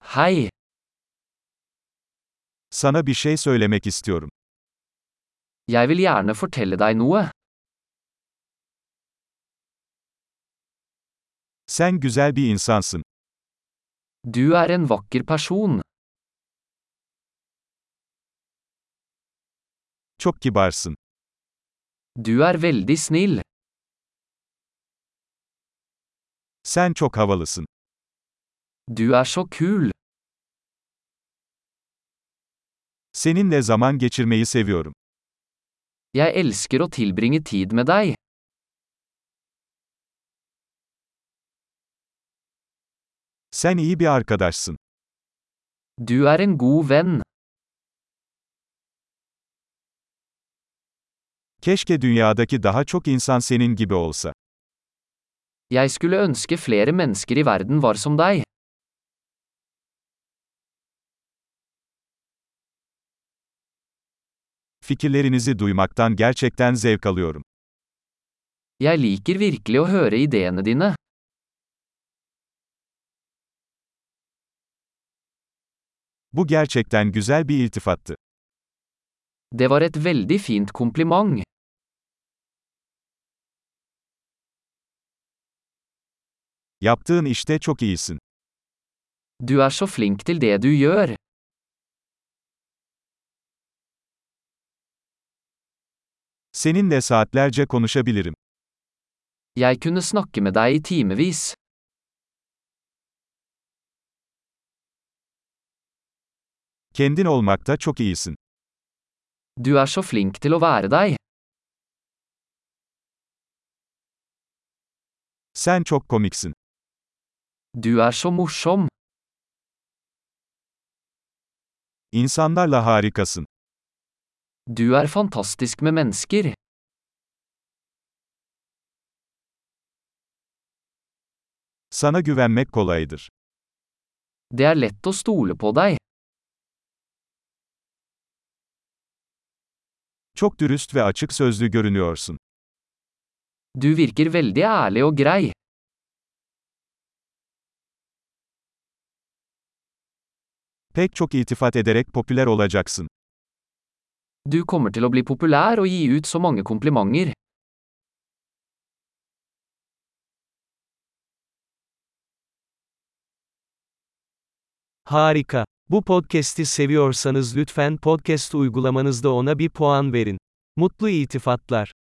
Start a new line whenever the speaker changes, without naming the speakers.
Hi,
Sana bir şey söylemek istiyorum.
jeg vil gjerne fortelle deg noe.
Sen güzel bir insansın.
Du er en vakker person.
Çok kibarsın.
Du er veldig snill.
Sen çok havalısın.
Du er så kul.
Seninle zaman geçirmeyi seviyorum.
Jeg elsker å tilbringe tid med deg.
Sen iyi bir arkadaşsın.
Du er en god venn.
Keşke dünyadaki daha çok insan senin gibi olsa.
Jeg skulle ønske flere mennesker i verden var som deg.
Fikirlerinizi duymaktan gerçekten zevk alıyorum.
Jeg liker virkelig å høre ideene dine.
Bu gerçekten güzel bir iltifattı.
Det var et veldig fint kompliment.
Yaptığın işte çok iyisin.
Du er så flink til det du gjør.
Seninle saatlerce konuşabilirim.
Jeg kunne snakke med deg i timevis.
Kendin olmakta çok iyisin.
Du er så flink til å være deg.
Sen çok komiksin.
Du er så morsom.
İnsanlarla harikasın.
Du er fantastisk med mennesker.
Sana güvenmek kolaydır.
Det er lett å stole på deg.
Çok dürüst ve açık sözlü görünüyorsun.
Du virker veldig ærlig og grei.
Pek çok iltifat ederek popüler olacaksın.
Du kommer til å bli populær og gi ut så mange komplimenter.
Harika. Bu podcast'i seviyorsanız lütfen podcast uygulamanızda ona bir puan verin. Mutlu iltifatlar.